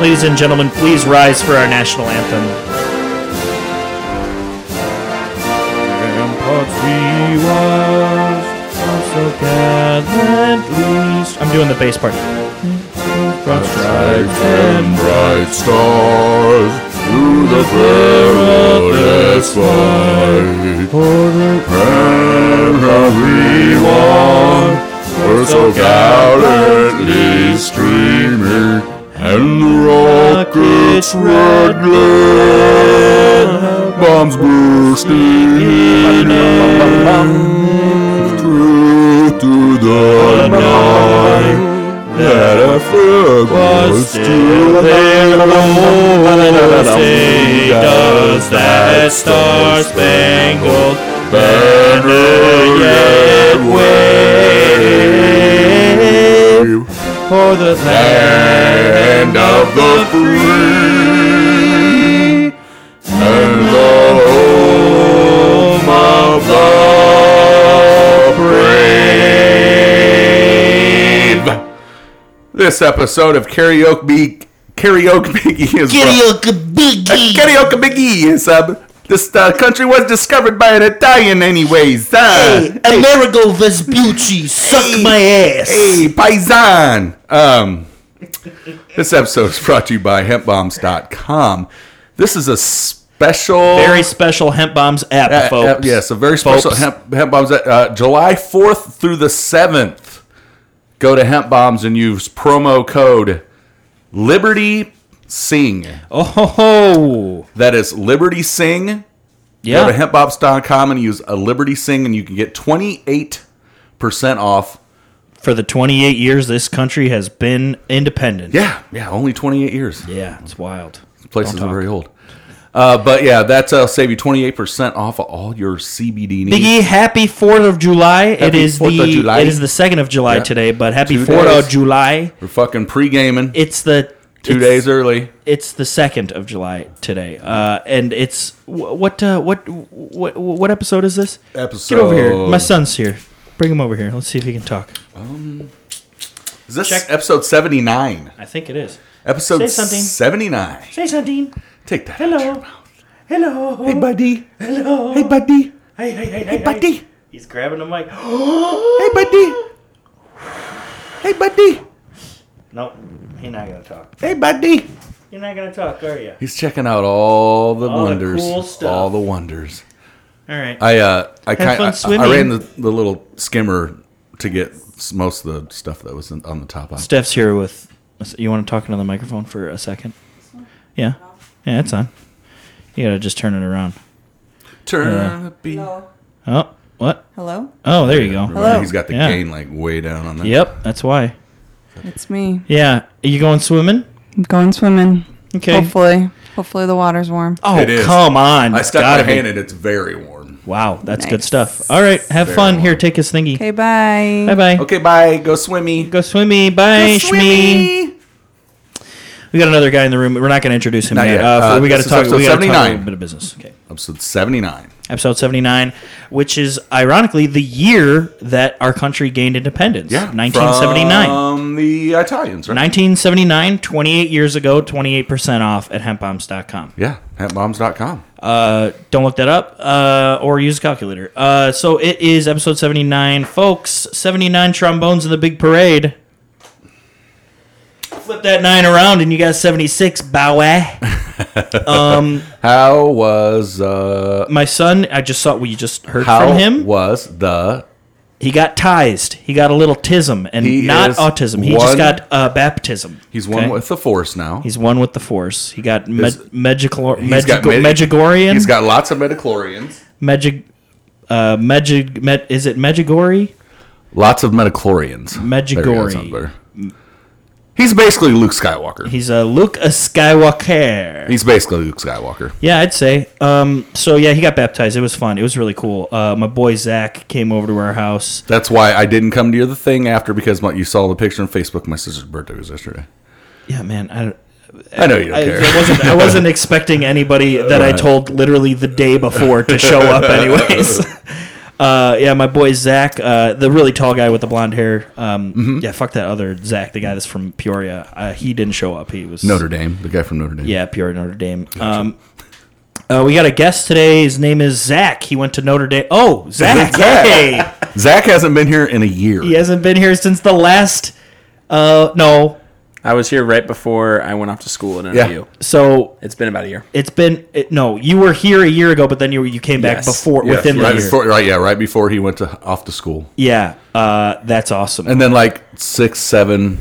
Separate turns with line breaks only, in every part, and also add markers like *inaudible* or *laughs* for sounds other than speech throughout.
Ladies and gentlemen, please rise for our national anthem.
Ramparts we watched from so gallantly
I'm doing the bass part.
from stripes
and bright stars through the perilous fight. And have we won? We're so gallantly streaming, and the rockets red glare, bombs bursting in, through to the night. That a frog was still there alone. Sing does that star-spangled banner yet wave
for the
land of the free and the home of the brave. This episode of Karaoke Big Karaoke Biggie is Karaoke Biggie. karaoke Biggie is uh, this uh, country was discovered by an Italian, anyways. Uh,
Amerigo Vespucci, suck my ass.
Hey, Paisan! Um, this episode is brought to you by hempbombs.com. This is a special.
Very special Hemp Bombs app,
uh, uh,
folks.
yes, a very special
Folks.
hemp, hemp bombs. Uh, July 4th through the 7th. Go to hemp bombs and use promo code Liberty Sing.
Oh, ho, ho.
That is Liberty Sing. Go to
yeah.
hempbombs.com and use a Liberty Sing, and you can get 28% off
For the 28 years this country has been independent.
Yeah, yeah, only 28 years.
Yeah, it's wild.
Places
Don't
are
talk.
very old. Uh, but yeah, that's uh, save you 28% off of all your CBD needs.
Biggie, E, happy Fourth of July! it
Happy
is
4th
the
of July.
it is the second of July
Yeah.
today, but happy
Two
Fourth
days.
of July!
We're fucking pre gaming
It's the
two
it's-
days early.
It's the second of July today, uh, and it's wh- what uh, what what what episode is this?
Episode.
Get over here, my son's here. Bring him over here. Let's see if he can talk.
Is this
Check.
episode 79?
I think it is.
Episode
Say something.
79.
Say something.
Take that.
Hello. Hello.
Hey, buddy. Hello. Hey, buddy.
Hey, hey, hey,
Hey, buddy.
He's grabbing the mic. *gasps*
Hey, buddy. Hey, buddy.
nope, he's not gonna talk.
Hey, buddy.
You're not gonna talk, are you?
He's checking out all the
All the
wonders.
cool stuff.
All the wonders.
All right.
I uh, I
fun
kind I, I
swimming.
ran the, the little skimmer to get s- most of the stuff that was in, on the top off.
Steph's here with. You want to talk into the microphone for a second? Yeah. Yeah, it's on. You gotta just turn it around.
Turn the beat.
Hello.
Oh, what?
Hello.
Oh, there you go.
Hello.
He's got the
Yeah.
gain like way down on that.
Yep, that's why.
It's me.
Yeah. Are you going swimming?
I'm going swimming.
Okay.
Hopefully. Hopefully the water's warm.
Oh,
It is.
come on.
I
It's
stuck my
gotta be.
hand in. It's very warm.
Wow, that's good
Nice.
stuff. All right, have
Very
fun.
well.
Here, take his thingy.
Okay, bye.
Bye bye.
Okay, bye. Go swimmy.
Go swimmy. Bye, Shmi. We got another guy in the room. We're not going to introduce him
Not
yet.
yet.
Uh,
Uh,
we got
this
to
is
talk.
episode
We got to talk a
79.
little bit of business. Okay.
Episode seventy nine.
episode 79 which is ironically the year that our country gained independence 1979
From the Italians, right?
1979 28 years ago 28% off at hempbombs.com
Yeah, at moms.com.
uh, don't look that up uh, or use a calculator uh, so it is episode 79 folks 79 trombones in the big parade flip that 9 around and you got 76 bow wow.
How was uh?
my son i just saw we just heard
How
from him
was the
He got tized. He got a little tism, and
He
not
is
autism. He just
one-
got uh, baptism.
he's
okay?
one with the force now.
He's one with the force. He got me-
Is-
Medjugor-
He's got
Medjugor-
medi-
Medjugorrian.
he's got lots of metachlorians.
Medjug. Uh, Medjug. Med- is it Medjugorje?
Lots of metachlorians.
Medjugorje.
There you go, that sounds better. He's basically Luke Skywalker.
He's a Luke a Skywalker.
He's basically Luke Skywalker.
Yeah, I'd say. Um, so yeah, he got baptized. It was fun. It was really cool. Uh, my boy Zach came over to our house.
That's why I didn't come to the thing after because my, you saw the picture on Facebook. My sister's birthday was yesterday.
Yeah, man. I don't.
I know you don't
I,
care.
I wasn't. I
*laughs*
wasn't
*laughs*
expecting anybody that I told literally the day before to show up, anyways. *laughs* Uh, yeah, my boy Zach, uh, the really tall guy with the blonde hair. Um,
Mm-hmm.
Yeah, fuck that other Zach, the guy that's from Peoria. Uh, he didn't show up. He was
Notre Dame, the guy from Notre Dame.
Yeah, Peoria, Notre Dame. Um, uh, we got a guest today. His name is Zach. He went to Notre Dame. Oh, Zach!
Zach.
Hey,
Zach hasn't been here in a year.
he hasn't been here since the last. Uh, no.
I was here right before I went off to school at NIU.
Yeah.
So
It's been about a year.
it's been it, no. You were here a year ago, but then you you came back
Yes.
before
Yeah,
within
right
the year.
before, right, yeah, right before he went to off to school,
Yeah, uh, that's awesome.
and then like six, seven,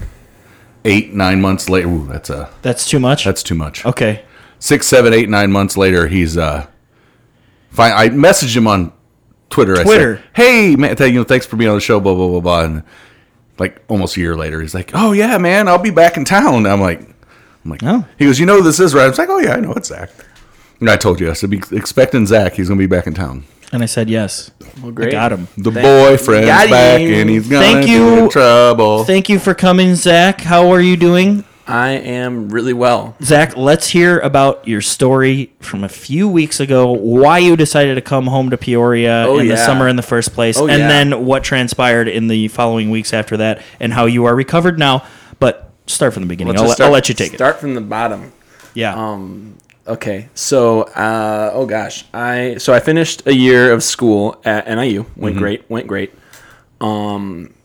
eight, nine months later. Ooh, that's a
that's too much.
that's too much.
okay.
Six, seven, eight, nine months later, he's uh, fine. I messaged him on Twitter. I
Twitter.
said, "Hey, man, th- you know, thanks for being on the show." Blah blah blah blah. And like almost a year later, he's like, "Oh yeah, man, I'll be back in town." I'm like, I'm like,
Oh.
He goes, "You know who this is right?" I was like, "Oh yeah, I know it's Zach." And I told you, I said, be expecting Zach. He's gonna be back in town.
And I said yes. Well,
great.
got him.
The boyfriend's
Got
back,
you.
and he's gonna
Thank
be
you.
in trouble.
Thank you for coming, Zach. How are you doing?
I am really well.
Zach, let's hear about your story from a few weeks ago, why you decided to come home to Peoria
Oh,
in the
yeah.
summer in the first place,
Oh,
and
yeah.
then what transpired in the following weeks after that, and how you are recovered now. But start from the beginning. I'll,
Let's
let-
just start-
I'll let you take
Start um, from the bottom.
it. Yeah.
Okay, so uh, oh gosh, I so I finished a year of school at NIU. Went
Mm-hmm.
great. Went great. Um,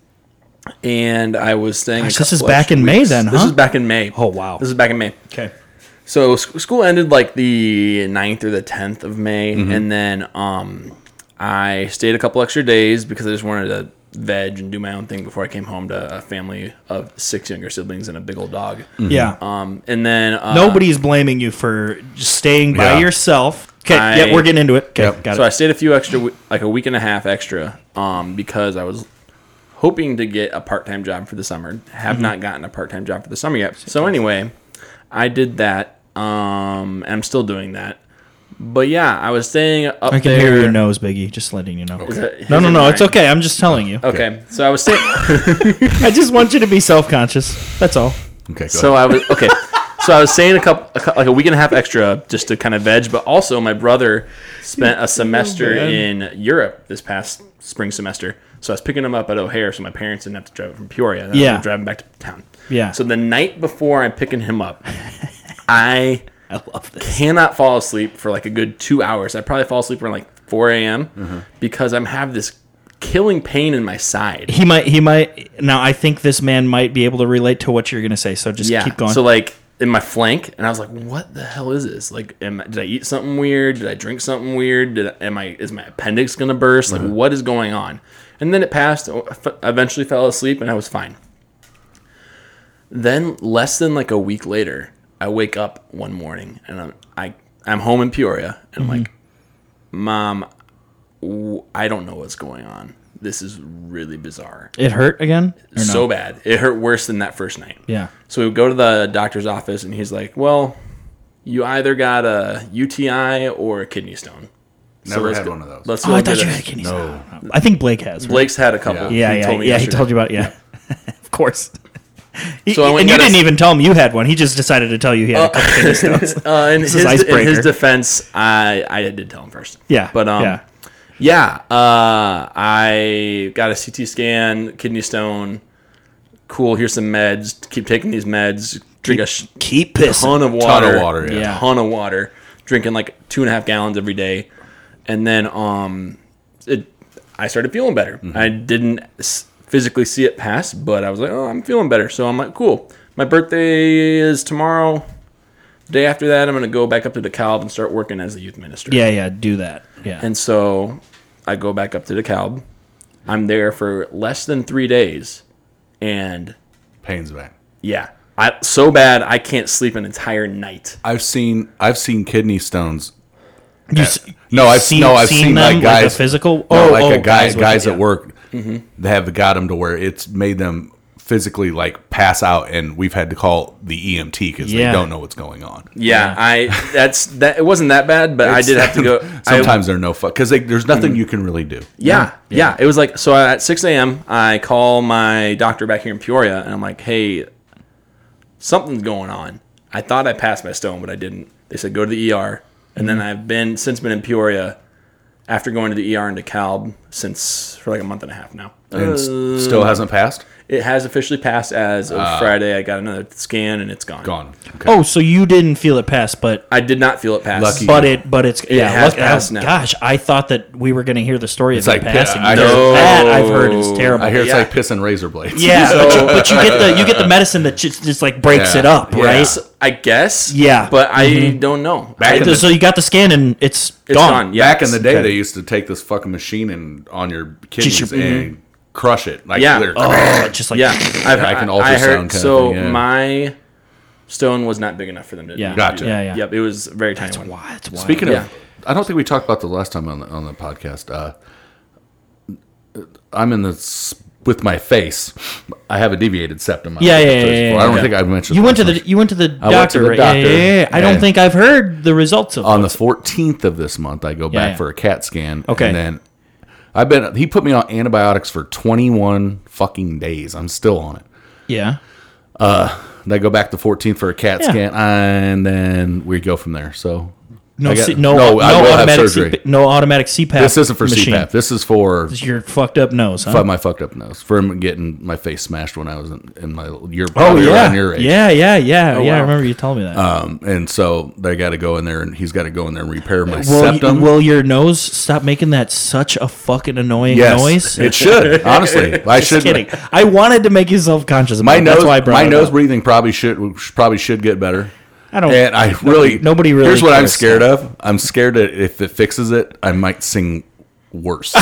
and I was staying. a
Gosh, this
couple
is back
extra
in May then,
This
huh?
is back in May.
Oh, wow.
This is back in May.
okay.
So sc- school ended like the 9th or the 10th of May and then um I stayed a couple extra days because I just wanted to veg and do my own thing before I came home to a family of six younger siblings and a big old dog.
Yeah.
Um and then uh,
Nobody's blaming you for just staying by
Yeah.
yourself. Okay.
I-
yeah, we're getting into it. Okay.
Yep.
Got
so I
it.
stayed a few extra we- like a week and a half extra um because I was hoping to get a part-time job for the summer.
Mm-hmm.
Have not gotten a part-time job for the summer yet. So anyway, I did that um and I'm still doing that. But yeah, I was staying up
I, can
there.
hear your nose, Biggie. Just letting you know.
Is it-
No,
is
no,
it
no.
mine?
It's okay. I'm just telling you.
Okay, so I was staying.
I just want you to be self conscious. That's all.
Okay, go
so I was okay. So I was staying a couple, a, cou- like a week and a half extra, just to kind of veg. But also, my brother
*laughs*
spent
Oh,
a semester in Europe this past spring semester. So I was picking him up at O'Hare, so my parents didn't have to drive from Peoria. They
Yeah.
were driving back to town.
Yeah.
So the night before I'm picking him up, *laughs* I
I love this.
cannot fall asleep for like a good two hours. I probably fall asleep around like 4 a.m. because I'm have this killing pain in my side.
He might. He might. Now, I think this man might be able to relate to what you're going to say. So just
yeah.
keep going.
So like in my flank, and I was like, "What the hell is this? Like, am I, did I eat something weird? Did I drink something weird? Did I, am I is my appendix gonna burst? Like, what is going on?" And then it passed. I f- eventually fell asleep, and I was fine. Then less than like a week later, I wake up one morning, and I'm I I'm home in Peoria, and
Mm-hmm.
I'm like, "Mom, w- I don't know what's going on. This is really bizarre.
it hurt again. Or no?
So bad. It hurt worse than that first night."
Yeah.
So we would go to the doctor's office, and he's like, "Well, you either got a UTI or a kidney stone."
Never
let's
had
go-
one of those.
Let's
Oh,
go
I
and do
thought you
that.
had kidneys. No. I think Blake has. Right?
Blake's had a couple.
yeah,
uh, He
yeah,
told me
yeah.
yesterday.
He told you about. it,
*laughs*
Yeah. *laughs* of course. He-
So I
and
went and
you
got a-
didn't even tell him you had one. He just decided to tell you he had. a couple
*laughs*
kidney stones.
Uh, in, his,
is
in
icebreaker.
his defense, I I did tell him first.
Yeah,
but um,
yeah.
yeah, uh, I got a CT scan, kidney stone. Cool. Here's some meds. Keep taking these meds. Drink a sh-
Keep pissing.
ton of water,
water, yeah.
Yeah.
ton of water, drinking like two and a half gallons every day, and then um, it, I started feeling better. I didn't s- physically see it pass, but I was like, oh, I'm feeling better. So I'm like, cool. My birthday is tomorrow. The day after that, I'm gonna go back up to DeKalb and start working as a youth minister.
Yeah, yeah. Do that. Yeah.
And so I go back up to DeKalb. I'm there for less than three days, and
Pain's back.
yeah, I so bad I can't sleep an entire night.
I've seen I've seen kidney stones.
you, s-
No, I've
seen-
no, I've
seen
seen, like
them,
guys
like, a physical-
No,
Oh,
like
oh,
a guy,
guys
guys,
with it,
at
yeah. Mm-hmm.
work they have got them to where it's made them physically like pass out, and we've had to call the E EMT because
Yeah.
they don't know what's going on.
Yeah, I that's that. It wasn't that bad, but I did have
*laughs*
to go. I-
Sometimes they're no fuck because there's nothing
Mm-hmm.
you can really do.
yeah, yeah, It was like so at six a.m. I call my doctor back here in Peoria, and I'm like, "Hey, something's going on. I thought I E
Mm-hmm.
passed my stone, but I didn't." They said, "Go to the ER," and then I've been since been in Peoria after going to the ER in DeKalb since for like a month and a half now.
And s- still hasn't passed?
It has officially passed as of Friday. I got another scan and it's gone.
Uh, Gone. Okay.
Oh, so you didn't feel it pass, but
I did not feel it pass.
Lucky.
but it but it's yeah.
has
look-
passed
oh,
now.
Gosh, I thought that we were gonna hear the story
It's
of
like,
it passing.
I
because
heard-
that I've heard is terrible.
I hear it's
Yeah.
like pissing razor blades.
yeah, but, you, but you get the you get
*laughs*
the medicine that just, just like breaks
Yeah.
it up,
Yeah.
right?
So-
I guess.
Yeah.
But I don't know.
Back
I
in
So,
the-
just-
you got the scan and it's,
it's
gone.
gone.
*laughs*
Yeah,
Back in the
it's-
day, they used to take this fucking machine and on your kidneys
Just your- Mm-hmm.
and crush it. Like,
Yeah.
they're-
Oh, just like
Yeah, I've,
*laughs* I can
I
ultrasound
heard,
kind of
so
thing, yeah.
my stone was not big enough for them to.
Yeah.
do
Gotcha.
that.
Yeah, yeah.
Yep, it was a very tiny one.
wow, that's wild.
Speaking
Yeah.
of, I don't think we talked about the last time on the on the podcast. Uh, I'm in the s- with my face. I have a deviated septum. I
Yeah,
think
yeah,
I told you
yeah, yeah,
before. I don't
yeah.
think I've mentioned.
you went to
this
the you went to the
I
doctor,
went to the
right? Yeah,
doctor. Uh,
Yeah, yeah, yeah. I
Yeah.
don't think I've heard the results of
on the
those.
14th of this month. I go back
yeah.
for a CAT scan.
Okay.
and then I've been. He put me on antibiotics for 21 fucking days. I'm still on it.
yeah.
And I go back to 14th for a CAT
Yeah.
scan, and then we go from there. So
No,
I got-
C- no,
no,
no,
I will have
automatic
surgery.
CP no automatic CPAP.
this isn't for
machine.
CPAP. This is for
It's your fucked up nose, huh?
Fuck my fucked up nose from getting my face smashed when I was in, in my your
Oh yeah.
around your age.
yeah, yeah, yeah, yeah. I
wow.
remember you told me that.
Um, and so they got to go in there, and he's got to go in there and repair my
will, y-
septum.
will your nose stop making that such a fucking annoying
yes, *laughs*
noise? *laughs*
it should. Honestly, I
Just
should.
kidding. I wanted to make you self conscious.
My nose,
That's why I brought
my
it
nose
up.
breathing probably should probably should get better.
I don't-
And I really
nobody really
Here's what I'm
cares.
scared of. I'm scared that if it fixes it, I might sing
*laughs*
worse.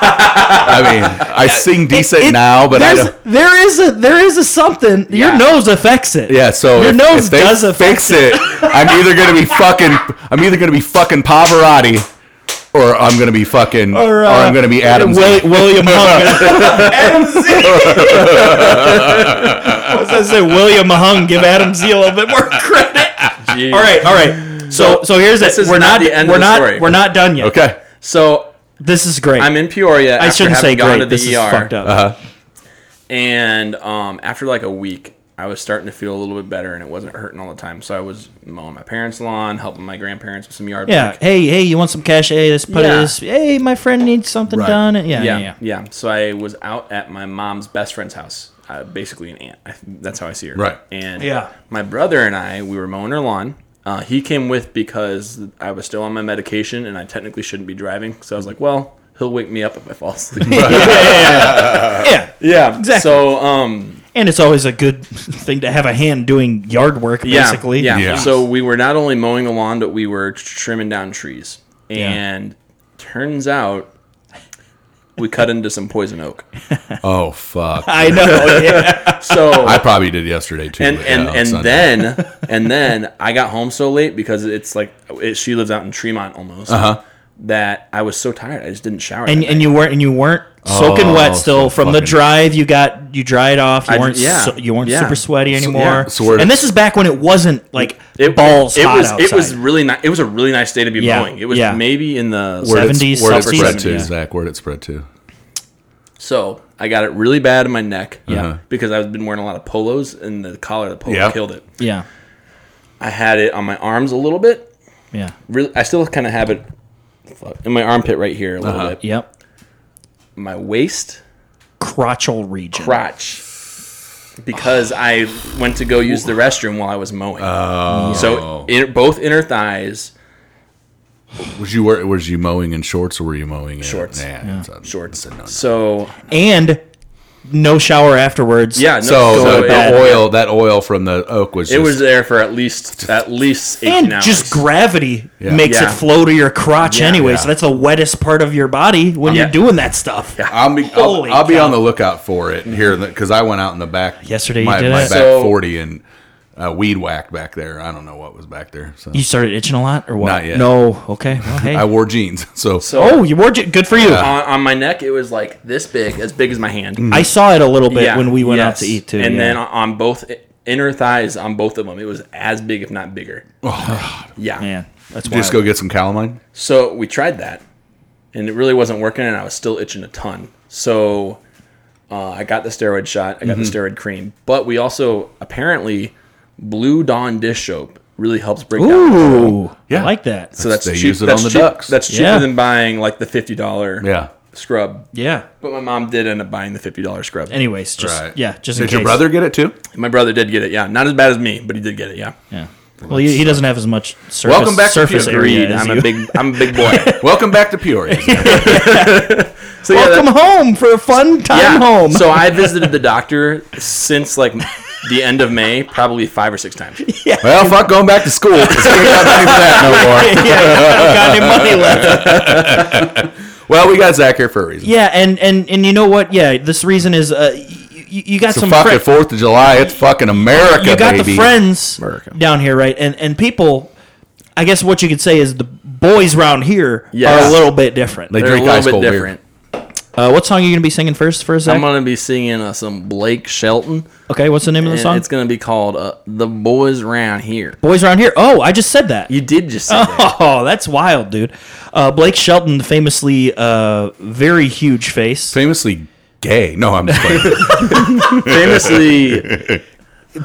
I mean, I sing decent
It-
now, but I
there's-
don't.
there is a there is a something. Your nose affects it.
Yeah, so
your
if,
nose
if they
does affect.
fix it, I'm either gonna
*laughs*
be fucking, I'm either gonna be fucking Pavarotti, or I'm gonna be fucking, or,
uh,
I'm gonna be Adams.
Will, William
*laughs*
Hung. As I say, William Hung, give Adam Z a little bit more
*laughs*
credit.
Jeez.
All right, all right. So, so here's it.
This is
We're not,
not the end of
we're
the
not,
story.
we're not done yet.
okay,
So
This is great.
I'm in Peoria.
I
after
shouldn't
having
say
gone
great.
to the
this is
ER,
fucked up.
And um, after like a week, I was starting to feel a little bit better, and it wasn't hurting all the time. So I was mowing my parents' lawn, helping my grandparents with some yard.
Yeah.
work.
Hey, hey, you want some cash? Hey, let's put
Yeah.
this. Hey, my friend needs something
Right.
done. Yeah,
yeah,
yeah,
yeah, So I was out at my mom's best friend's house, uh, basically an aunt. I, that's how I see her.
Right.
And
Yeah.
my brother and I, we were mowing her lawn. Uh, he came with because I was still on my medication and I technically shouldn't be driving. So I was like, well, he'll wake me up if I fall asleep.
yeah. Yeah.
yeah,
exactly.
So, um,
And it's always a good *laughs* thing to have a hand doing yard work,
yeah,
basically.
Yeah.
Yeah.
So we were not only mowing the lawn, but we were trimming down trees. And turns out we cut into some poison oak.
oh fuck,
I
*laughs*
know. Yeah.
So
I probably did yesterday too.
and
but
and
yeah, on
and
Sunday. *laughs*
then and then I got home so late because it's like it, she lives out in Tremont almost. Uh-huh. That I was so tired, I just didn't shower.
and
that
and
night.
you weren't and you weren't soaking wet
Oh,
still
so
from the
fucking-
drive. You got you dried off. You
I-
weren't
yeah,
so, you weren't
yeah.
super sweaty anymore.
so we're-
and this is back when it wasn't like
it,
balls
It,
hot
was
outside.
it was really nice. It was a really nice day to be
Yeah,
mowing. It was
yeah.
maybe in the
Where'd it-
70s,
where'd it
something.
spread to,
Yeah.
Zach? Where'd it spread to?
So I got it really bad in my neck.
Uh-huh.
Because I've been wearing a lot of polos and the collar of the polo
Yeah.
killed it.
yeah,
I had it on my arms a little bit.
yeah,
Really, I still kind of have it in my armpit right here a
Uh-huh.
little bit.
yep.
My waist,
Crotchal region.
crotch, because I went to go use the restroom while I was mowing.
Oh.
So in, both inner thighs,
Was you wear, was you mowing in shorts or were you mowing in
Shorts.
Nah, yeah. it's a-
shorts.
it's a no-no.
So
and no shower afterwards.
yeah, no,
So,
so
the,
it,
the oil, that oil from the oak was
it
just,
was there for at least at least eight
And just gravity makes
Yeah.
it flow to your crotch
Yeah.
anyway,
Yeah.
so that's the wettest part of your body when
Yeah.
you're doing that stuff.
I'll be I'll,
Holy
I'll be
cow.
on the lookout for it here because I went out in the back
Yesterday you
My,
did
my
it?
back
So-
forty and uh, weed whacked back there. I don't know what was back there. So
You started itching a lot, or what?
Not yet.
No. Okay. Well, hey.
I wore jeans. *laughs* So,
oh, you wore. j- Good for you.
on, on my neck, it was like this big, as big as my hand.
Mm. I saw it a little bit
Yeah,
when we went out
yes.
to eat too.
And
yeah.
then on- on both i- inner thighs, on both of them, it was as big, if not bigger.
Oh,
yeah.
man, that's
just go
wild.
get some calamine.
So we tried that, and it really wasn't working, and I was still itching a ton. So uh, I got the steroid shot. I got the steroid cream, but we also apparently Blue Dawn dish soap really helps break down.
Ooh,
Yeah.
I like that.
So that's
They
cheap.
use it
that's
on the
cheap-
ducks.
That's cheaper
Yeah.
than buying like the fifty dollar
Yeah.
scrub.
Yeah.
But my mom did end up buying the fifty dollar scrub.
Anyways, just
Right.
yeah, just in
Did
case.
your brother get it
*laughs*
too?
my brother did get it. Yeah, not as bad as me, but he did get it. Yeah.
Yeah. Well, he, he doesn't have as much surface,
Welcome back to
surface
Peter.
area.
Agreed.
as
I'm a
you.
big. I'm a big boy.
Welcome back to Peoria.
So yeah, that-
Welcome home for a fun time home.
So I visited the doctor since like the end of May, probably five or six times.
well, fuck going back to school. 'cause we ain't got money for
*laughs*
that no more.
*laughs* yeah, I got any
*laughs*
money left.
Well, we got Zach here for a reason.
Yeah, and and and you know what? Yeah, this reason is uh, y- y- you got
So
some
fuck
fri-
it, Fourth of July. It's fucking America,
you got
baby.
the friends
America.
down here, right? And and people, I guess what you could say is the boys round here
Yes.
are a little bit different.
They
They're a
drink ice
little
cold
bit
beer.
different.
Uh, what song are you gonna be singing first for a
I'm
second?
gonna be singing uh, some Blake Shelton,
okay, what's the name of the
and
song?
it's gonna be called uh, "The Boys Round Here."
boys round here. Oh, I just said that.
You
*laughs*
did just say that.
Oh, that's wild, dude. Uh, Blake Shelton, famously uh, very huge face,
Famously gay. No, I'm just
*laughs*
playing.
famously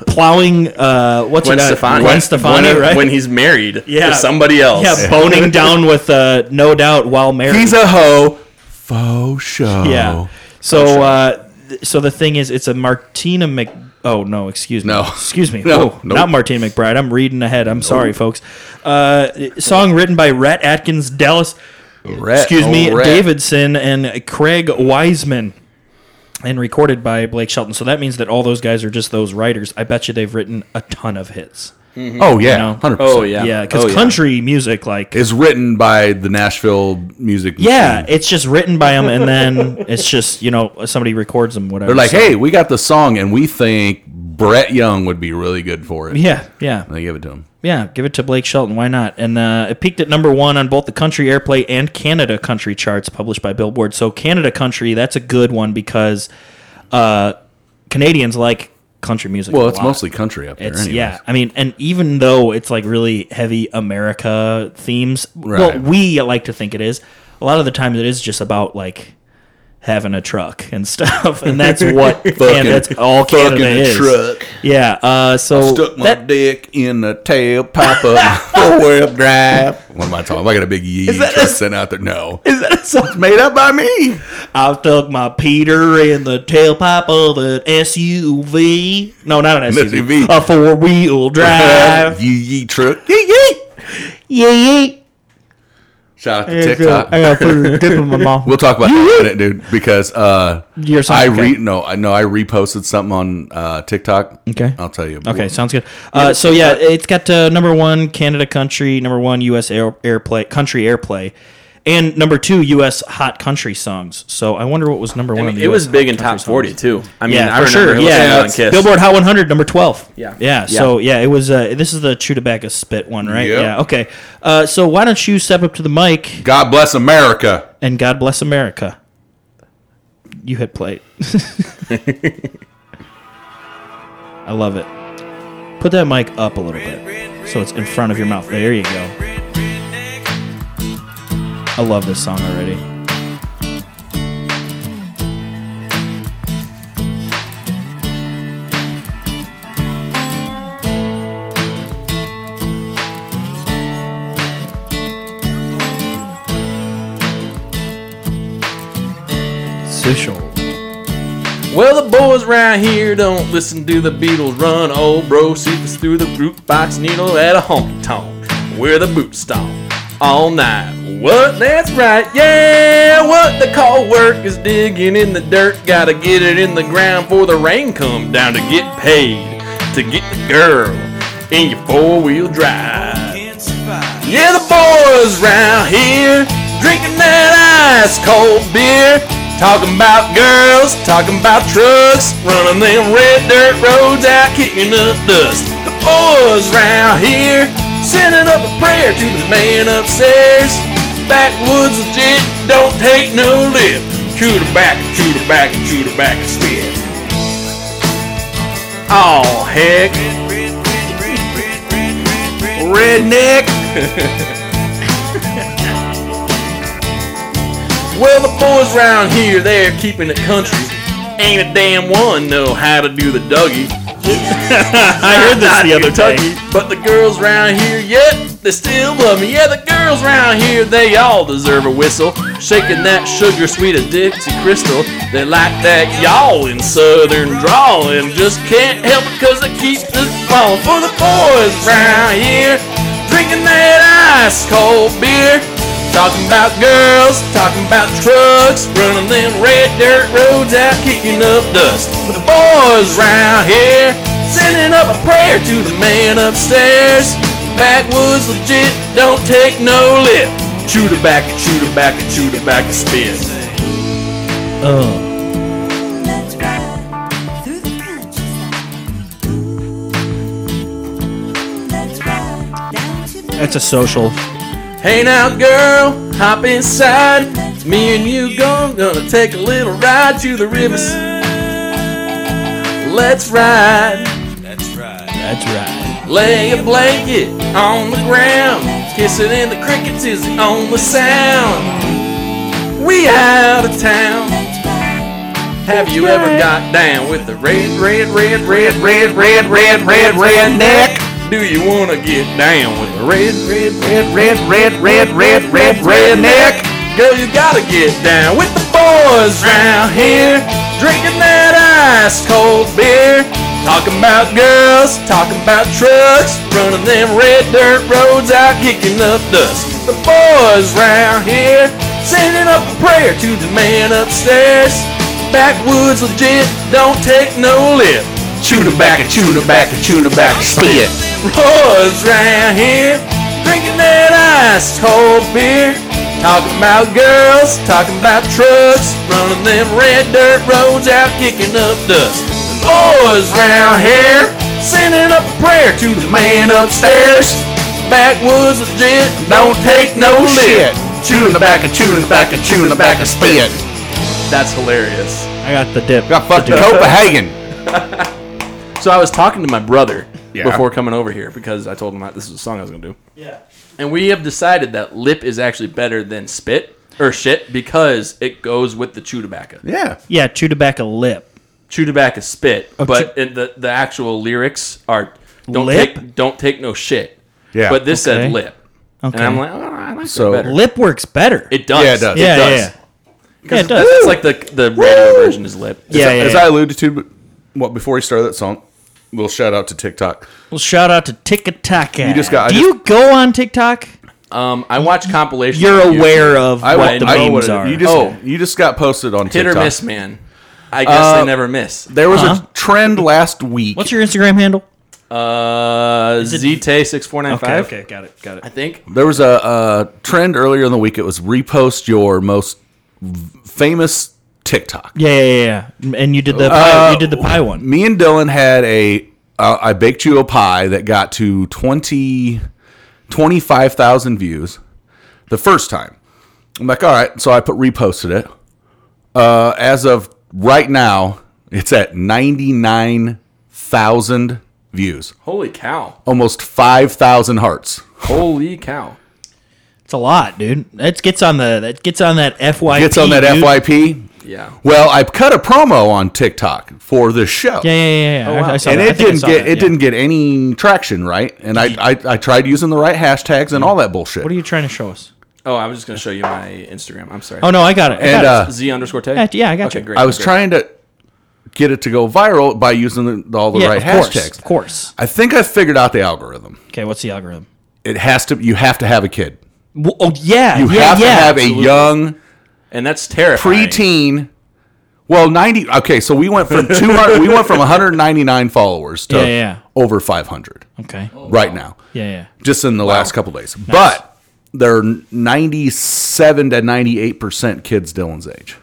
plowing. Uh, what's
Gwen
her name?
Stefani.
Gwen Stefani,
when,
right?
when he's married
Yeah.
to somebody else.
yeah,
*laughs*
boning down with uh, no doubt while married.
He's a hoe. Faux show.
yeah. So, uh, th- so the thing is, it's a Martina Mc. Oh no, excuse me.
No.
excuse me.
*laughs* No,
Oh,
nope.
not Martina McBride. I'm reading ahead. I'm sorry, folks. Uh, song written by Rhett Atkins, Dallas.
Rat-
excuse me,
oh, rat.
Davidson and Craig Wiseman, and recorded by Blake Shelton. So that means that all those guys are just those writers. I bet you they've written a ton of hits.
Oh yeah,
know?
hundred
Oh
percent.
yeah.
Yeah, because
Oh, yeah.
country music, like,
Is written by the Nashville music.
yeah,
machine.
it's just written by them, and then it's just you know somebody records them, whatever.
they're like,
So-
hey, we got the song, and we think Brett Young would be really good for it.
yeah, yeah,
and they give it to him.
yeah. Give it to Blake Shelton. Why not? And uh, it peaked at number one on both the country airplay and Canada country charts published by Billboard. So Canada country, that's a good one because uh, Canadians like country music.
Well,
a
it's
lot.
mostly country up there.
It's
anyways.
yeah. I mean, and even though it's like really heavy America themes, well,
Right.
we like to think it is. A lot of the times, it is just about like having a truck and *laughs* stuff, and that's what
*laughs*
and that's all
fucking
Canada
a
is.
truck.
Yeah. Uh, so
Stuck my
that *laughs*
dick in the tailpipe of *laughs* my four-wheel drive. What am I talking? About? I got a big yee truck sent out there. *laughs* No,
is that a song?
made up by me.
I've stuck my Peter in the tailpipe of an SUV. No, not an SUV.
SUV.
A four
*laughs*
wheel drive.
Uh, yee yee truck.
Yee, yee. Yee, yee.
Shout out to
I
TikTok.
gotta I gotta put a dip in
*laughs*
my mouth.
We'll talk about that in a minute, dude, because uh,
Your song,
I
okay.
re no, I no, I reposted something on uh, TikTok.
Okay.
I'll tell you.
Okay, sounds good. Uh, so yeah, it's got uh, number one Canada country, number one U.S. Air, airplay country airplay, and number two U.S. hot country songs. So I wonder what was number one.
I
on
mean,
the
it
US
was big
hot
in top
country
forty
songs.
too. I mean,
yeah,
I
for
remember
sure.
listening
Yeah,
on Kiss.
Billboard Hot 100, number 12.
Yeah.
yeah.
Yeah.
So yeah, it was. Uh, this is the chew tobacco spit one, right?
Yep.
Yeah. Okay. Uh, so why don't you step up to the mic
God bless America.
and God bless America. You hit play. I love it. Put that mic up a little bit so it's in front of your mouth. There you go. I love this song already. Social.
Well, the boys round here don't listen to the Beatles run. Old bro seeps through the root box needle at a honky tonk. We're the boot stomp all night. What? That's right. Yeah, what the call work is digging in the dirt. Gotta get it in the ground for the rain come down to get paid. To get the girl in your four wheel drive. Yeah, the boys round here drinking that ice cold beer, talking about girls, talking about trucks, running them red dirt roads out, kicking up dust. The boys round here sending up a prayer to the man upstairs. Backwoods legit, don't take no lip. Chew the back, chew the back, chew the back, spit. Oh heck, redneck. Well, the boys round here, they're keeping it country. Ain't a damn one know how to do the Dougie.
*laughs* I heard this the other day.
But the girls round here, yet they still love me. Yeah, the girls round here, they all deserve a whistle. Shaking that sugar sweet of Dixie Crystal. They like that y'all in southern drawling. Just can't help it cause they keep this falling for the boys round here. Drinking that ice cold beer. Talking about girls, talking about trucks, running them red dirt roads out, kicking up dust. But the boys round here, sending up a prayer to the man upstairs. Backwoods legit, don't take no lip. Chew tobacco, chew tobacco, chew tobacco, spit.
Oh,
Let's ride through the countryside. Ooh, let's ride down to the
that's a social.
Hey now, girl, hop inside. Me and you gone, gonna take a little ride to the rivers. Let's ride.
That's right.
Lay a blanket on the ground. Kissing in the crickets is the only sound. We out of town. Have you ever got down with the red, red, red, red, red, red, red, red, red neck? Do you wanna get down with the red, red, red, red, red, red, red, red, red neck? Girl, you gotta get down with the boys round here, drinking that ice cold beer. Talking about girls, talking about trucks, running them red dirt roads out, kicking up dust. The boys round here, sending up a prayer to the man upstairs. Backwoods legit, don't take no lip.
Chew tobacco, chew tobacco, chew tobacco, spit.
Boys round here, drinking that ice cold beer. Talking about girls, talking about trucks, running them red dirt roads out, kicking up dust. Boys round here, sending up a prayer to the man upstairs. Backwoods legit, don't take no lip.
Chew tobacco, chew tobacco, chew tobacco, spit.
That's hilarious.
I got the dip.
Got fucked in Copenhagen.
So I was talking to my brother
Yeah.
before coming over here because I told him that this is a song I was gonna do. Yeah. And we have decided that lip is actually better than spit or shit because it goes with the chew tobacco.
Yeah.
Yeah, chew tobacco lip.
Chew tobacco is spit, but
chew-
in the the actual lyrics are don't
Lip?
take don't take no shit.
Yeah.
But this
Okay.
said lip,
Okay.
and I'm like, oh, I like
So-
that better.
lip works better.
It does.
Yeah, it does.
yeah,
It does.
yeah, yeah. Yeah, it does.
It's like the the radio version is lip.
Yeah, yeah,
as
yeah.
I alluded to, well, before we started that song, little shout out to TikTok.
Well, shout out to TikTok. You
just got- I
Do
just-
you go on TikTok?
Um, I watch compilations.
You're
on YouTube.
aware of
I
what the
I-
memes
you
are.
just,
Oh.
you just got posted on
hit
TikTok.
or miss, man. I guess
Uh,
they never miss.
There was
Huh?
a trend last week.
What's your Instagram handle?
Uh, ZT six four nine five.
okay, got it, got
I
it.
think.
There was a, uh trend earlier in the week. It was repost your most v- famous TikTok.
Yeah, yeah, yeah. And you did the
Uh,
pie, you did the pie one.
Me and Dylan had a uh, I baked you a pie that got to 20 25,000 views the first time. I'm like, all right, so I put reposted it. Uh, as of right now, it's at 99,000 views.
Holy cow!
Almost 5,000 hearts.
Holy cow!
It's a lot, dude. That gets on the that gets on that FYP.
Gets on that
dude.
FYP.
Yeah.
Well, I cut a promo on TikTok for this show.
Yeah, yeah, yeah. yeah. I-
wow.
I, saw
and
that. I
it
think I
didn't
saw
get
that,
it
yeah.
didn't get any traction, right? And I, I I tried using the right hashtags and all that bullshit.
What are you trying to show us?
Oh, I was just gonna show you my Instagram. I'm sorry.
Oh no, I got it. I
And,
got
uh,
Z underscore tag.
it. yeah, I got
okay,
you.
great.
I was
okay.
trying to get it to go viral by using the, all the
Yeah,
right
of course,
hashtags.
of course.
I think I figured out the algorithm.
Okay, what's the algorithm?
It has to you have to have a kid.
Well, oh yeah,
You
yeah,
have
yeah.
to have a young
and that's terrifying.
preteen. Well, ninety. Okay, so we went from two hundred. we went from one hundred ninety nine followers to
Yeah, yeah.
over five hundred
Okay.
right now.
Yeah, yeah.
just in the last couple days. But they're 97 to 98% kids Dylan's age.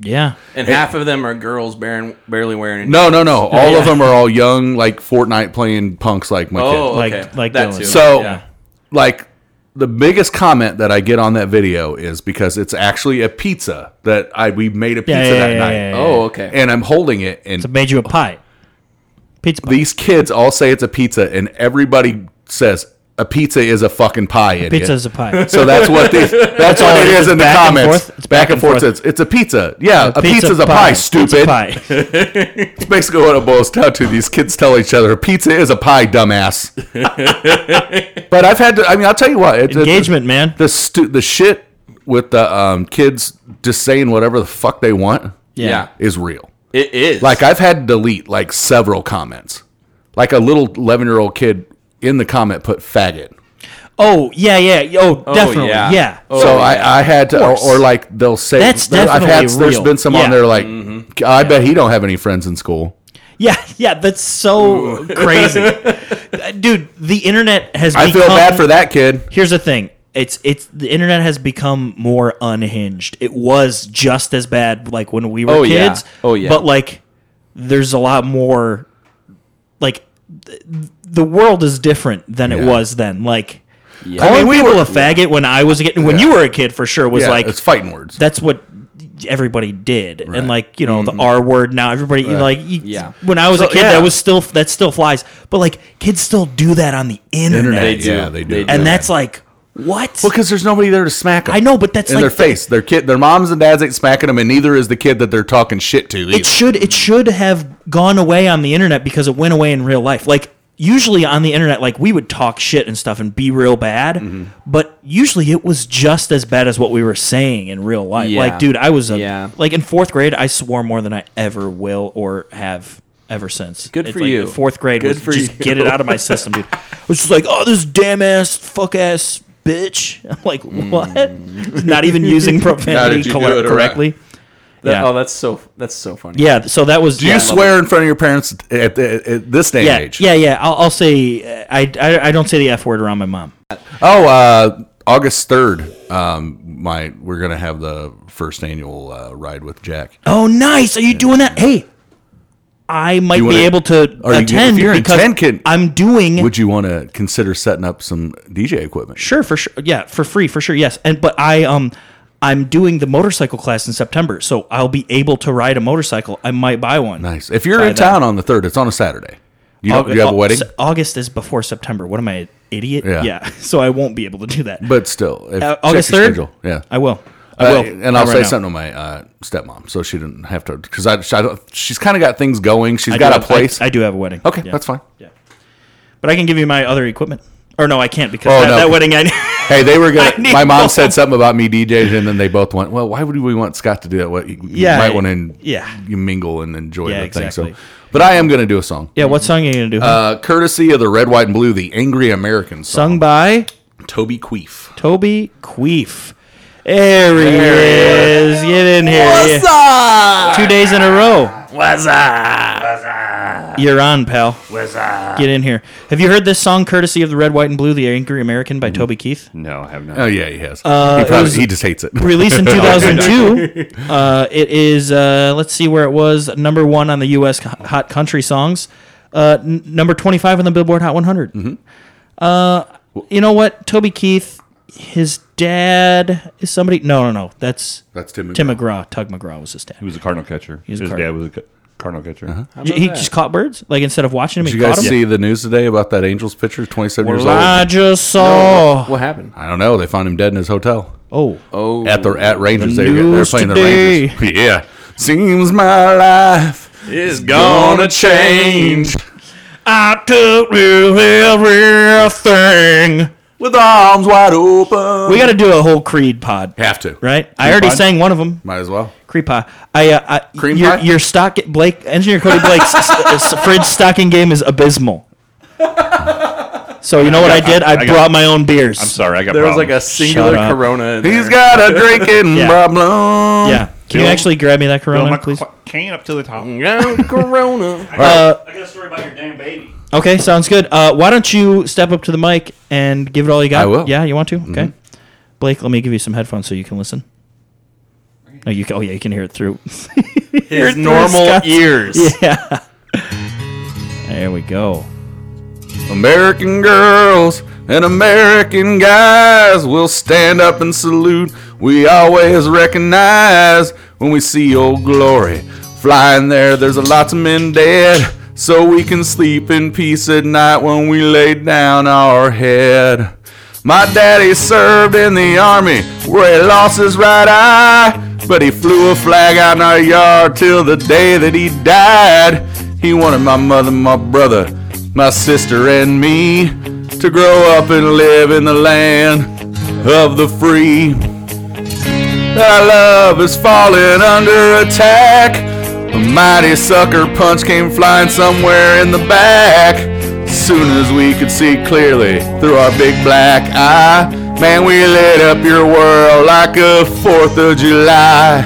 Yeah.
And half of them are girls, barren, barely wearing.
No, no, no.
*laughs*
All
Yeah.
of them are all young, like Fortnite playing punks like my
Oh,
Like-
okay.
like
that
Dylan.
too.
kid. So,
yeah.
like, the biggest comment that I get on that video is because it's actually a pizza that I we made a pizza
Yeah, yeah,
that
yeah,
night.
yeah, yeah.
Oh, okay.
And I'm holding it, and
So made you a pie. Pizza pie.
these kids all say it's a pizza, and everybody says A pizza is a fucking pie, idiot.
Pizza's a
*laughs*
pie.
So that's what the, that's what it is in the
Back and
comments.
forth?
It's back, and forth. It's, it's a pizza. Yeah, a,
Pizza
pizza's a pie.
It's a
stupid.
pie. *laughs*
It's basically what it boils down to. These kids tell each other, "Pizza is a pie, dumbass." but I've had to. I mean, I'll tell you what. It, it-
Engagement, man.
the stu- the shit with the um, kids just saying whatever the fuck they want
Yeah.
is real.
It is.
Like I've had to delete like several comments. Like a little eleven year old kid in the comment put "faggot."
Oh yeah, yeah. Oh, definitely.
yeah.
Yeah.
so I, I had to, or, or like they'll say
That's
there- I've had
definitely
there's
real.
been some
Yeah. Mm-hmm.
on there like I bet he don't have any friends in school.
Yeah, yeah, that's so crazy. Uh, Dude, the internet has
I feel
become-
bad for that kid.
Here's the thing. It's it's the internet has become more unhinged. It was just as bad like when we were
Oh, yeah.
kids.
Oh, yeah.
But like there's a lot more like th- the world is different than it
Yeah.
was then. Like
Yeah.
calling
I mean, we
people
were-
a faggot when I was a kid, when
Yeah.
you were a kid for sure was
Yeah,
like
it's fighting words.
that's what everybody did
Right.
and like you know the r word now everybody like you,
Yeah.
when i was a
So,
kid
yeah.
that was still that still flies but like kids still do that on the internet,
They do.
yeah, they do.
They do.
and that's like what
because there's nobody there to smack them.
i know but that's
in
like
their
the-
face. Their kid, their moms and dads ain't smacking them, and neither is the kid that they're talking shit to. Either.
it should it should have gone away on the internet because it went away in real life like usually on the internet like we would talk shit and stuff and be real bad
Mm-hmm.
but usually it was just as bad as what we were saying in real life
Yeah.
like dude i was a
Yeah.
like in fourth grade i swore more than i ever will or have ever since
Good
It's
for
like
you.
fourth grade
Good
was
for
just
you.
get it out of my system dude i was just like oh this damn ass fuck ass bitch *laughs* i'm like
Mm.
what *laughs* not even
*laughs*
using profanity
you do
cor-
it right.
correctly
That-
yeah.
Oh, that's so that's so funny.
yeah so that was
do you swear in front of your parents at, the, at this day
yeah,
and age?
Yeah, yeah. I'll, I'll say uh, I, I I don't say the f word around my mom.
Oh, uh, August third. Um, my we're gonna have the first annual uh, ride with Jack.
Oh, nice. Are you doing that? Hey, I might
You
be
wanna-
able to
Are you- if
attend
you're in
because
10, kid,
I'm doing
*laughs* Would you want to consider setting up some DJ equipment?
sure for sure. Yeah, for free for sure. Yes, and but I um. I'm doing the motorcycle class in September, so I'll be able to ride a motorcycle. I might buy one.
Nice. If you're
Buy
in
that.
town on the third, it's on a Saturday. You,
Au-
don't- you have a
au-
wedding,
S- August uh, is before September. What am I, an idiot?
Yeah.
*laughs* So I won't be able to do that.
but still, if,
Uh,
check
August
your
3rd?
schedule. Yeah,
I will. I
Uh,
will.
and I'll
Right
say
now.
something to my uh, stepmom, so she didn't have to because I, I don't, she's kind of got things going. She's
I do
got a
have- I-
place.
I, do have a wedding.
okay,
Yeah.
that's fine.
Yeah. But I can give you my other equipment. Or no, I can't because
Oh,
that,
no.
that wedding I *laughs*
Hey, they were
I
gonna.
need
My mom
more.
said something about me DJing, and then they both went, "Well, why would we want Scott to do that? What you, you
Yeah,
might want to
yeah.
you mingle and enjoy
Yeah,
the thing."
exactly.
So, but I am gonna do a song,
Yeah, what song are you gonna do?
uh, courtesy of the Red, White, and Blue, the Angry American song.
Sung by
Toby Queef.
Toby Queef. There he is. Get in here. What's up? Two days in a row. What's up? You're on, pal. What's up? Get in here. Have you heard this song, courtesy of the Red, White, and Blue, the Angry American by Toby Keith?
No, I have not.
Oh yeah, he has.
Uh,
he, probably, he just hates it.
Released
*laughs*
in 2002. uh, it is, uh, let's see where it was, number one on the U.S. co- Hot Country Songs, uh, n- number 25 on the Billboard Hot 100.
Mm-hmm.
Uh, you know what? Toby Keith, his dad is somebody. No, no, no. That's
That's Tim McGraw.
Tim McGraw. Tug McGraw was his
He
dad.
was a cardinal catcher.
was a
His
cardinal.
dad was a ca- cardinal catcher.
J- He just caught birds? Like instead of watching him,
Did
he
you
caught
guys
them?
see the news today about that Angels pitcher, 27 years
I
old?
just saw.
What happened?
I don't know. They found him dead in his hotel
Oh.
Oh,
at the at Rangers.
The
they, were, they were
news
playing
today.
the Rangers. *laughs* Yeah. Seems my life
is
gonna change
I took everything.
with arms wide open.
We got to do a whole Creed pod.
have to
Right? I already
pod?
sang one of them.
Might as well.
Creep pie. I, uh, I
Cream
your,
pie?
your stock Blake engineer Cody Blake's s- s- fridge stocking game is abysmal. So you know what I, did? I,
I got-
brought my own beers.
I'm sorry, I got
There was like a
problems.
singular
Oh, up.
Corona. in
He's
there.
got a
*laughs*
drinking
Yeah.
problem.
Yeah. Can you
Bill-
actually grab me that Corona,
Fill my
please?
qu- Can up to the top.
*laughs*
Yeah, Corona.
I got a story about your damn baby.
Uh, Okay, sounds good. Uh, why don't you step up to the mic and give it all you got?
I will.
Yeah, you want to?
Mm-hmm.
Okay. Blake, let me give you some headphones so you can listen. No, you can, oh yeah, you can hear it through.
His normal
Scott's-
ears.
*laughs* yeah. There we go.
American girls and American guys will stand up and salute. We always recognize when we see old glory flying there. There's a lots of men dead, so we can sleep in peace at night when we lay down our head. My daddy served in the army where he lost his right eye, but he flew a flag out in our yard till the day that he died. He wanted my mother, my brother, my sister, and me to grow up and live in the land of the free that I love is falling under attack. A mighty sucker punch came flying somewhere in the back. Soon as we could see clearly through our big black eye, man, we lit up your world like a 4th of July.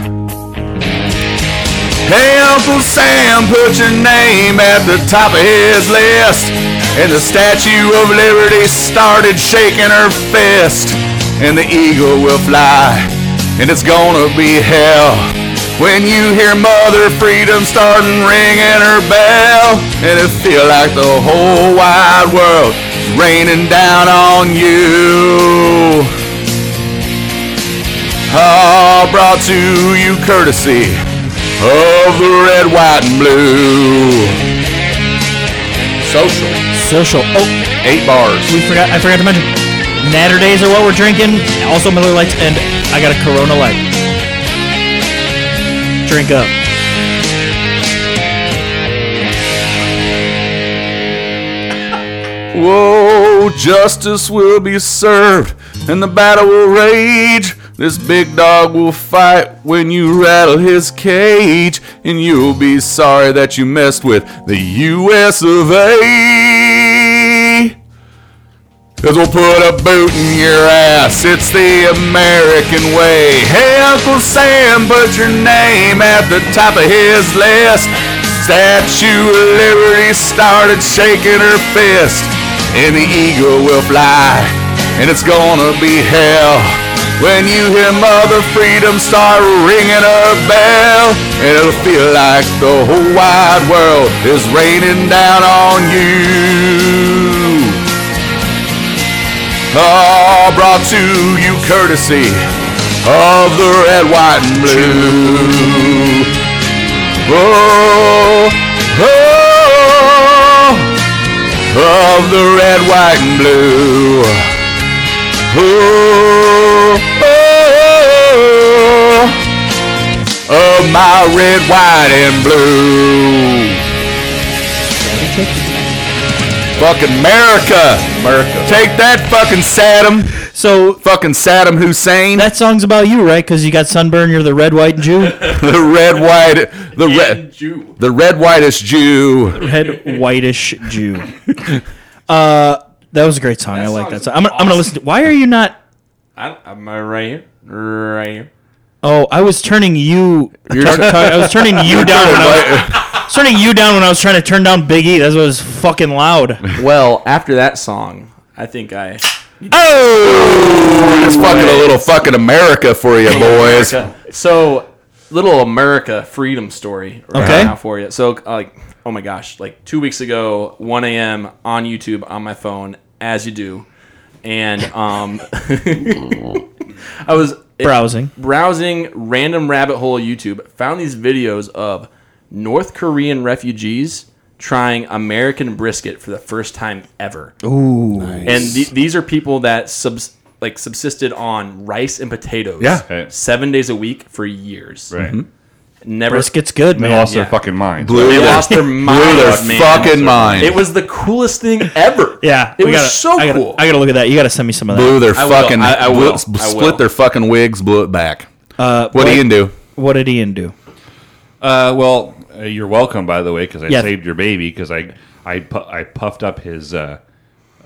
Hey, Uncle Sam, put your name at the top of his list. And the Statue of Liberty started shaking her fist. And the eagle will fly, and it's gonna be hell. When you hear Mother Freedom starting ringing her bell, and it feel like the whole wide world is raining down on you. All brought to you courtesy of the red, white, and blue. Social.
Social. Oh,
Eight bars.
we forgot. I forgot to mention. Natterdays are what we're drinking. Also Miller Lights, and I got a Corona Light. Drink up.
Whoa, justice will be served, and the battle will rage. This big dog will fight when you rattle his cage, and you'll be sorry that you messed with the US of A. Cause we'll put a boot in your ass. It's the American way. Hey, Uncle Sam, put your name at the top of his list. Statue of Liberty started shaking her fist. And the eagle will fly. And it's gonna be hell. When you hear Mother Freedom start ringing her bell. And it'll feel like the whole wide world is raining down on you. All Ah, brought to you courtesy of the red, white, and blue. Oh, oh, of the red, white, and blue. Oh, oh, of my red, white, and blue. Fucking America. America. Take that fucking Saddam.
So
Fucking Saddam Hussein.
that song's about you, right? Because you got sunburn. You're the red, white, and *laughs* Jew.
*laughs* the red white the red
Jew.
the red whitish
*laughs*
Jew.
Red, whitish *laughs* Jew. Uh, that was a great song. I like that
song's
song. I'm, gonna- I'm gonna listen. To, why are you not?
I, am I right here? Right here.
Oh, I was turning you. *laughs* tar- tar- I was turning you down. When I was, I was turning you down when I was trying to turn down Big E. That was fucking *laughs* loud.
Well, after that song, I think I.
Oh, it's fucking a little fucking America for you boys.
So, little America freedom story right
Okay.
now for you. So, like, oh my gosh, like two weeks ago, 1 a.m. on YouTube on my phone, as you do, and um, *laughs* I was
Browsing.
browsing random rabbit hole YouTube, found these videos of North Korean refugees trying American brisket for the first time ever. Ooh, and the- these are people that subs- like subsisted on rice and potatoes.
Yeah.
Okay.
seven days a week for years.
Right.
Never.
Brisket's good,
They
man.
lost
Yeah.
their fucking mind.
Blew
They
their-
lost their mind,
Blew their
man.
fucking mind.
It was the coolest thing ever.
Yeah,
it
we
was
gotta-
so
I gotta,
cool.
I gotta look at that. You gotta send me some of that.
blew their
I will,
fucking
I- I will,
split,
I will.
their fucking wigs, blew it back.
Uh,
What do you do?
What did Ian do?
Uh, well, uh, you're welcome, by the way, because I
Yeah.
saved your baby because I I pu- I puffed up his uh,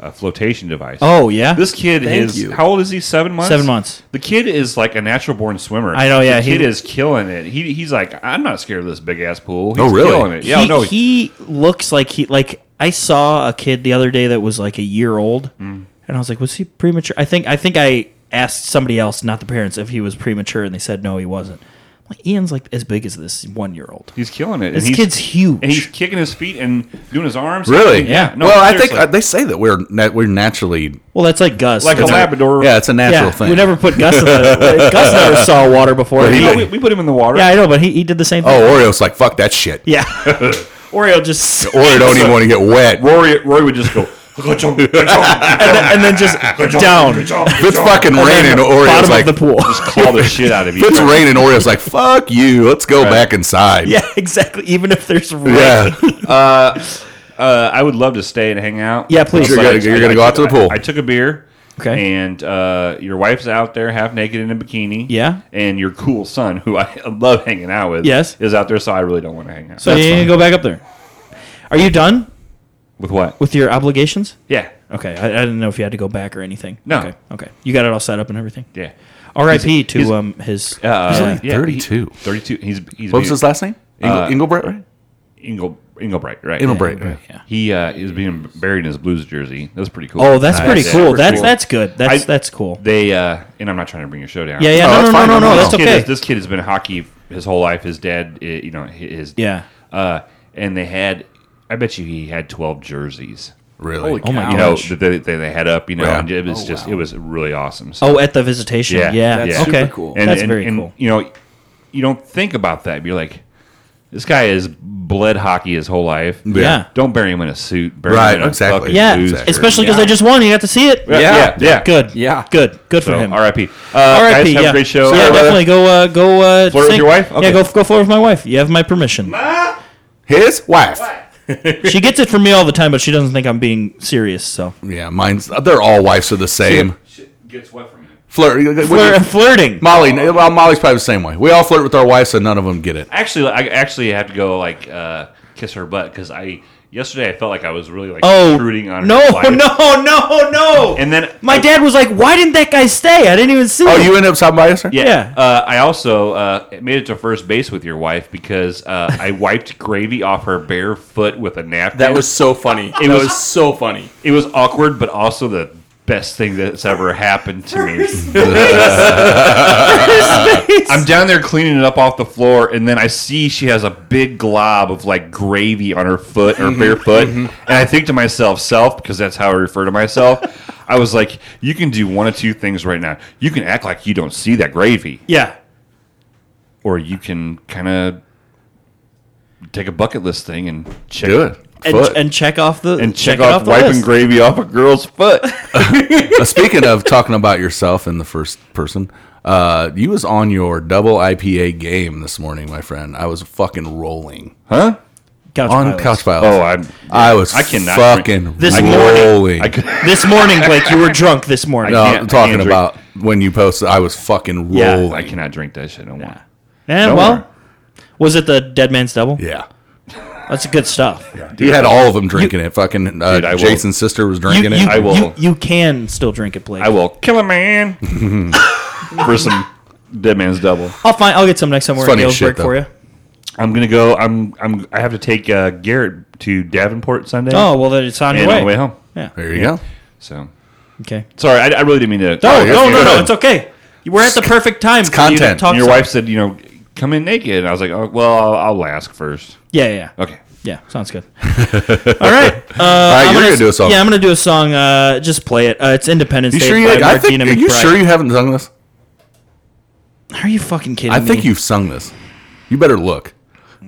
uh, flotation device.
Oh yeah,
This kid
Thank
is
you.
how old is he? Seven months.
Seven months.
The kid is like a natural born swimmer.
I know, yeah,
The
he-
kid is killing it. He, he's like, I'm not scared of this big ass pool. He's
Oh, really?
Killing it. Yeah.
he,
no.
he looks like he like I saw a kid the other day that was like a year old, and I was like, was he premature? I think I think I asked somebody else, not the parents, if he was premature, and they said no, he wasn't. I'm like Ian's like as big as this one year old.
he's killing it.
This
and he's,
kid's huge.
And he's kicking his feet and doing his arms.
Really?
Yeah. No,
well, I
seriously.
think uh, they say that we're nat- we're naturally.
Well, that's like Gus.
like a
That's-
Labrador.
Yeah, it's a natural
yeah,
thing.
we never put Gus in *laughs* the. Gus never saw water before.
But he
He- Oh.
No, we, we put him in the water.
yeah, I know, but he, he did the same thing. *laughs*
oh, Oreo's like fuck that shit.
yeah. Or he'll *laughs* just
Or I don't even want to get wet.
Rory, Rory would just go.
and then, and then just down.
If
*laughs*
it's fucking raining, Oreo's
Bottom
like,
of the
if
pool. *laughs*
claw the shit out of you.
it's raining, Oreo's like, fuck you. Let's go back inside.
yeah, exactly. Even if there's rain.
*laughs* Yeah.
Uh, I would love to stay and hang out.
Yeah, please.
But
You're
gonna-
I-
you're gonna go out to the pool.
I, I took a beer.
Okay.
And uh, your wife's out there half naked in a bikini.
Yeah.
And your cool son, who I *laughs* love hanging out with,
Yes.
is out there. So I really don't want to hang out.
So you need to go back up there. Are you done
with what?
with your obligations?
yeah.
Okay, I, I didn't know if you had to go back or anything.
No.
Okay, okay. You got it all set up and everything.
Yeah.
R.I.P. to
he's-
um his.
Uh,
He's only
yeah,
32.
he- Thirty-two. He's he's.
What was his last name? Uh, Ingle, Inglebright, right?
Ingle Inglebright, right?
Inglebright. right.
yeah.
He uh, is being buried in his blues jersey. That's pretty cool.
Oh, that's pretty
yeah,
cool.
super
That's that's good. That's
I-
that's cool.
They uh, and I'm not trying to bring your show down.
Yeah, yeah. no,
Oh,
no,
that's
no,
fine.
no, no,
No,
That's
This kid
okay.
is- this kid has been in hockey his whole life. His dad, i- you know, hi- his
Yeah.
Uh, and they had, I bet you he had twelve jerseys.
Really?
Oh my
You know
gosh.
that they, that they had up. You know,
Yeah.
and it was just it was really awesome. So,
Oh, at the visitation. Yeah.
Yeah,
that's
okay.
super cool.
and,
that's
and-
very
and,
cool.
You know, you don't think about that. You're like, this guy has bled hockey his whole life.
Yeah. Yeah.
Don't bury him in a suit. Bury
Right,
Him in
exactly.
A fucking
Yeah,
booze
Exactly.
especially because I just won. You got to see it.
Yeah. Yeah. Yeah.
Good.
Yeah.
Good. Good for
So,
him.
R.I.P. Uh,
R.I.P.
Guys, have
yeah.
a great show.
Yeah,
Uh,
definitely go. Uh, go. Uh,
Flirt with
sing-
your wife?
Yeah,
Okay.
go. Go flirt with my wife. You have my permission.
His wife.
she gets it from me all the time, but she doesn't think I'm being serious. So
Yeah, mine's. They're all wives are the same.
Shit Gets wet from you.
Flirt. what do you-
Flirt- flirting.
Molly. Well, Molly's probably the same way. We all flirt with our wives, and none of them get it.
Actually, I actually had to go like uh, kiss her butt because I yesterday I felt like I was really like
Oh,
intruding on her.
no,
life.
no, no, no.
And then
my dad was like, "Why didn't that guy stay? I didn't even see
Oh,
him."
you end up stopping by yesterday?
Yeah,
yeah.
Uh, I also uh, made it to first base with your wife because uh, I wiped gravy off her bare foot with a napkin.
That was so funny. It
was-
was, so funny.
it was awkward, but also the best thing that's ever happened to *laughs* me. I'm down there cleaning it up off the floor, and then I see she has a big glob of like gravy on her foot, her bare
Mm-hmm.
foot, and I think to myself, self, because that's how I refer to myself. I was like, you can do one of two things right now. You can act like you don't see that gravy,
yeah.
or you can kind of take a bucket list thing and check
Do it.
And,
Foot.
and check off the
and check,
it
off,
the
wiping
list.
gravy off a girl's foot.
Uh, speaking of talking about yourself in the first person, uh, you was on your double IPA game this morning, my friend. I was fucking rolling
Huh?
Couch
on
pilots.
couch files.
Oh, I'm.
I was
I cannot
fucking
This
rolling.
I *laughs* could,
This morning, Blake, you were drunk this morning.
no,
*laughs* I can't-
I'm
I
talking
can't
about when you posted. I was fucking
Yeah, I
rolling.
I cannot drink that shit. I don't want.
Eh,
Don't
well,
worry.
was it the Dead Man's Double?
yeah.
That's good stuff.
you had all of them drinking it. Fucking uh,
Dude, I will-
Jason's sister was
You,
drinking
you-
it.
I will-
you- you can still drink it, Blake.
I will kill a man *laughs* for some Dead Man's Double.
I'll find. I'll get some next time we're in
funny as shit,
Galesburg for you.
though.
I'm gonna go. I'm. I'm. I have to take uh, Garrett to Davenport Sunday.
Oh well, then it's on
and
your
on
way.
the way home.
Yeah.
there you go.
So
Okay.
sorry, I, I really didn't mean to.
No,
you're
no, no,
good.
no. It's okay. We're at the perfect time. It's
content.
And your wife said, you know, come in naked. And I was like, oh, well, I'll, I'll ask first.
Yeah, yeah, yeah.
Okay.
Yeah, sounds
*laughs*
good. All right. Uh,
all right,
I'm
you're gonna do a song.
Yeah, I'm gonna do a song. Uh, just play it. Uh, it's Independence
you
Day
sure you?
by
I think.
Martina
Are you
McBride.
sure you haven't sung this?
Are you fucking kidding
I
me?
think you've sung this. You better look.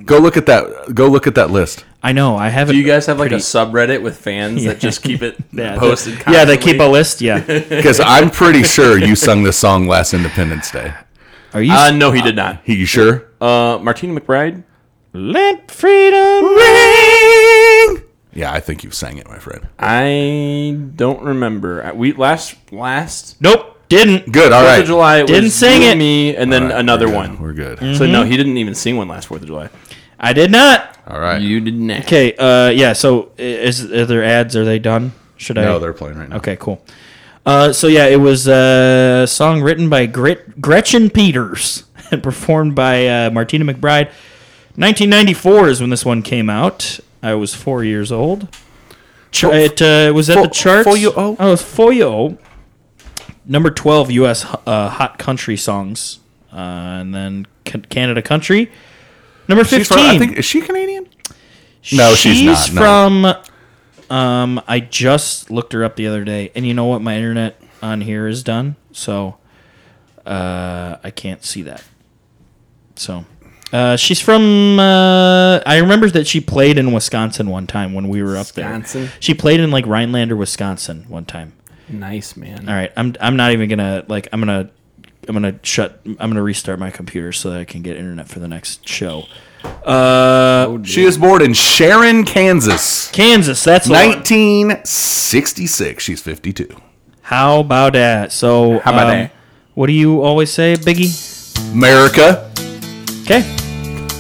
Go look at that. Go look at that list.
I know. I haven't.
Do you guys have like a subreddit with fans that just keep it
*laughs* yeah,
posted?
the- yeah, they keep a
constantly?
list.
*laughs*
Yeah.
Because I'm pretty sure you sung this song last Independence Day.
Are you?
Uh, no, he did not.
You sure?
Uh, Martina McBride.
Let freedom ring.
Yeah, I think you sang it, my friend.
I don't remember. I- We last last
Nope. Didn't.
Good. All
Fourth
right.
of July it
Didn't
was
sing
you
it.
and me, and then
All right,
another
we're good.
one.
We're good.
So
Mm-hmm.
no, he didn't even sing one last Fourth of July.
I did not.
All right.
You did not.
Okay. Uh, yeah. So i- is are there ads? Are they done? Should I?
no, they're playing right now.
Okay. Cool. Uh, so yeah, it was uh, a song written by Gret- Gretchen Peters *laughs* and performed by uh, Martina McBride. 1994 is when this one came out. I was four years old. Ch-
Oh,
it uh, was at the charts.
four year old?
I was four year old. Number 12 U.S. h- Uh, hot country songs, uh, and then Can- Canada country. Number 15.
She's from, I think is she Canadian? No, she's not, no.
from. Um, I just looked her up the other day, and you know what? My internet on here is done, so uh, I can't see that. So Uh, she's from. Uh, I remember that she played in Wisconsin one time when we were up
Wisconsin?
there. She played in like Rhinelander, Wisconsin one time.
Nice man.
All right, I'm I'm not even gonna like I'm gonna I'm gonna shut I'm gonna restart my computer so that I can get internet for the next show. Uh,
She is born in Sharon, Kansas,
Kansas, that's the one.
1966. She's 52.
How about that? So how
about that?
What do you always say, Biggie?
America.
Okay,
Well,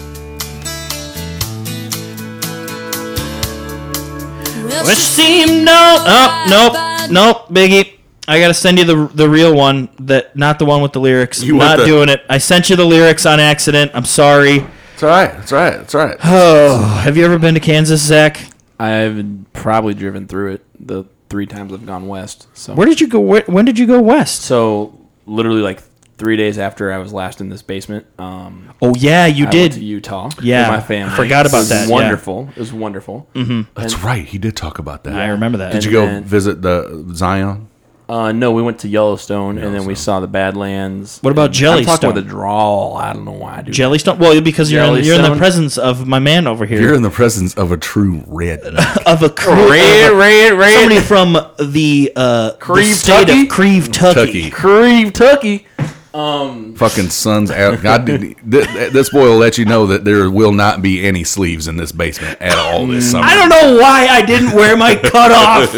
Well, she seemed no. Oh, nope, nope, Biggie. I gotta send you the the real one that not the one with the lyrics.
You want
not
the-
doing it. I sent you the lyrics on accident. I'm sorry.
It's all right. It's all right. It's all right.
Oh, have you ever been to Kansas, Zach?
I've probably driven through it the three times I've gone west. So
Where did you go? Where, when did you go west?
so literally like three days after I was last in this basement, um,
Oh yeah, you
I went
did.
to Utah.
Yeah.
with my family.
Forgot about
It was
that, yeah.
Wonderful. It was wonderful.
That's right. He did talk about that.
I remember that.
Did you
And
go
then-
visit the Zion?
Uh, no, we went to Yellowstone, and then we saw the Badlands.
What about
And I'm talking
Jellystone?
about the drawl. I don't know why I do.
Jellystone. Well, because you're in, you're in the
Jellystone?
presence of my man over here,
You're in the presence of a true
*laughs*
redneck.
of a crew,
Red, red, red.
somebody from the uh, the
Creve
state
Tucky?
of Creve Tucky.
Tucky.
Creve Tucky.
Fucking sons out. God, th- th- this boy will let you know that there will not be any sleeves in this basement at all this summer.
I don't know why I didn't wear
*laughs*
my cutoff.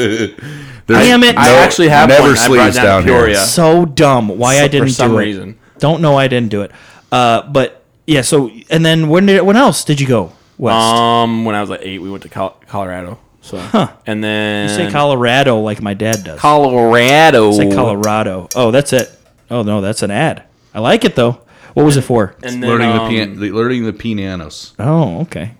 There's
Damn it.
I actually have
never
one. I brought
sleeves
down
down, here.
Peoria.
so dumb why I
For
didn't
some
do
reason.
it. Don't know why I didn't do it. Uh, but yeah, so and then when did when else did you go west?
Um, when I was like eight, we went to Col- Colorado. So, and then
you say Colorado like my dad does.
Colorado.
Say Colorado. Oh, that's it. Oh no, that's an ad. I like it though. What was it for?
And then,
Learning
um,
the, pian- the learning the pianos.
Oh, okay.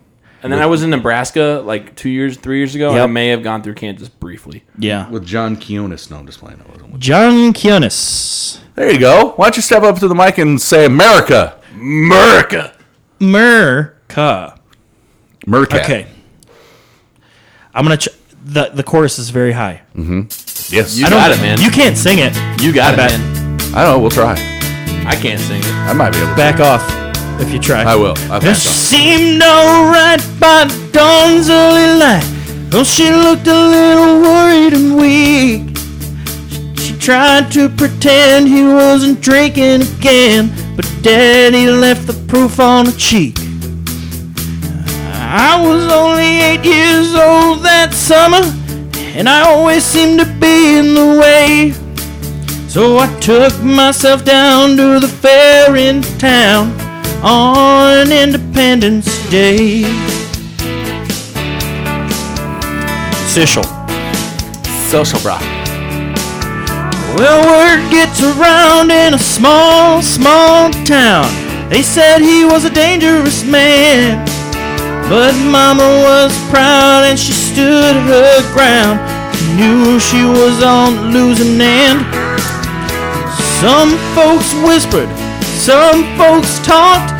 and then I was in Nebraska like two years, three years ago. and I
Yep.
may have gone through Kansas briefly.
Yeah.
with John Kionis. No, I'm just playing. I wasn't with-
John Kionis.
There you go. Why don't you step up to the mic and say America, America,
Merca.
America.
Okay. I'm gonna. Ch- the the chorus is very high.
Yes.
You
I
I
don't.
got it, man.
You can't sing it.
You got it,
bet.
man.
I don't know. We'll try.
I can't sing it.
I might be able. to.
Back off if you try.
I will. I've
There
had some.
seemed no right by dawn's early light. Though she looked a little worried and weak. She tried to pretend he wasn't drinking again, but Daddy left the proof on her cheek. I was only eight years old that summer, and I always seemed to be in the way. So I took myself down to the fair in town on Independence Day. Sishal.
Social bra.
Well, word gets around in a small, small town. They said he was a dangerous man. But Mama was proud and she stood her ground. She knew she was on the losing end. Some folks whispered, some folks talked,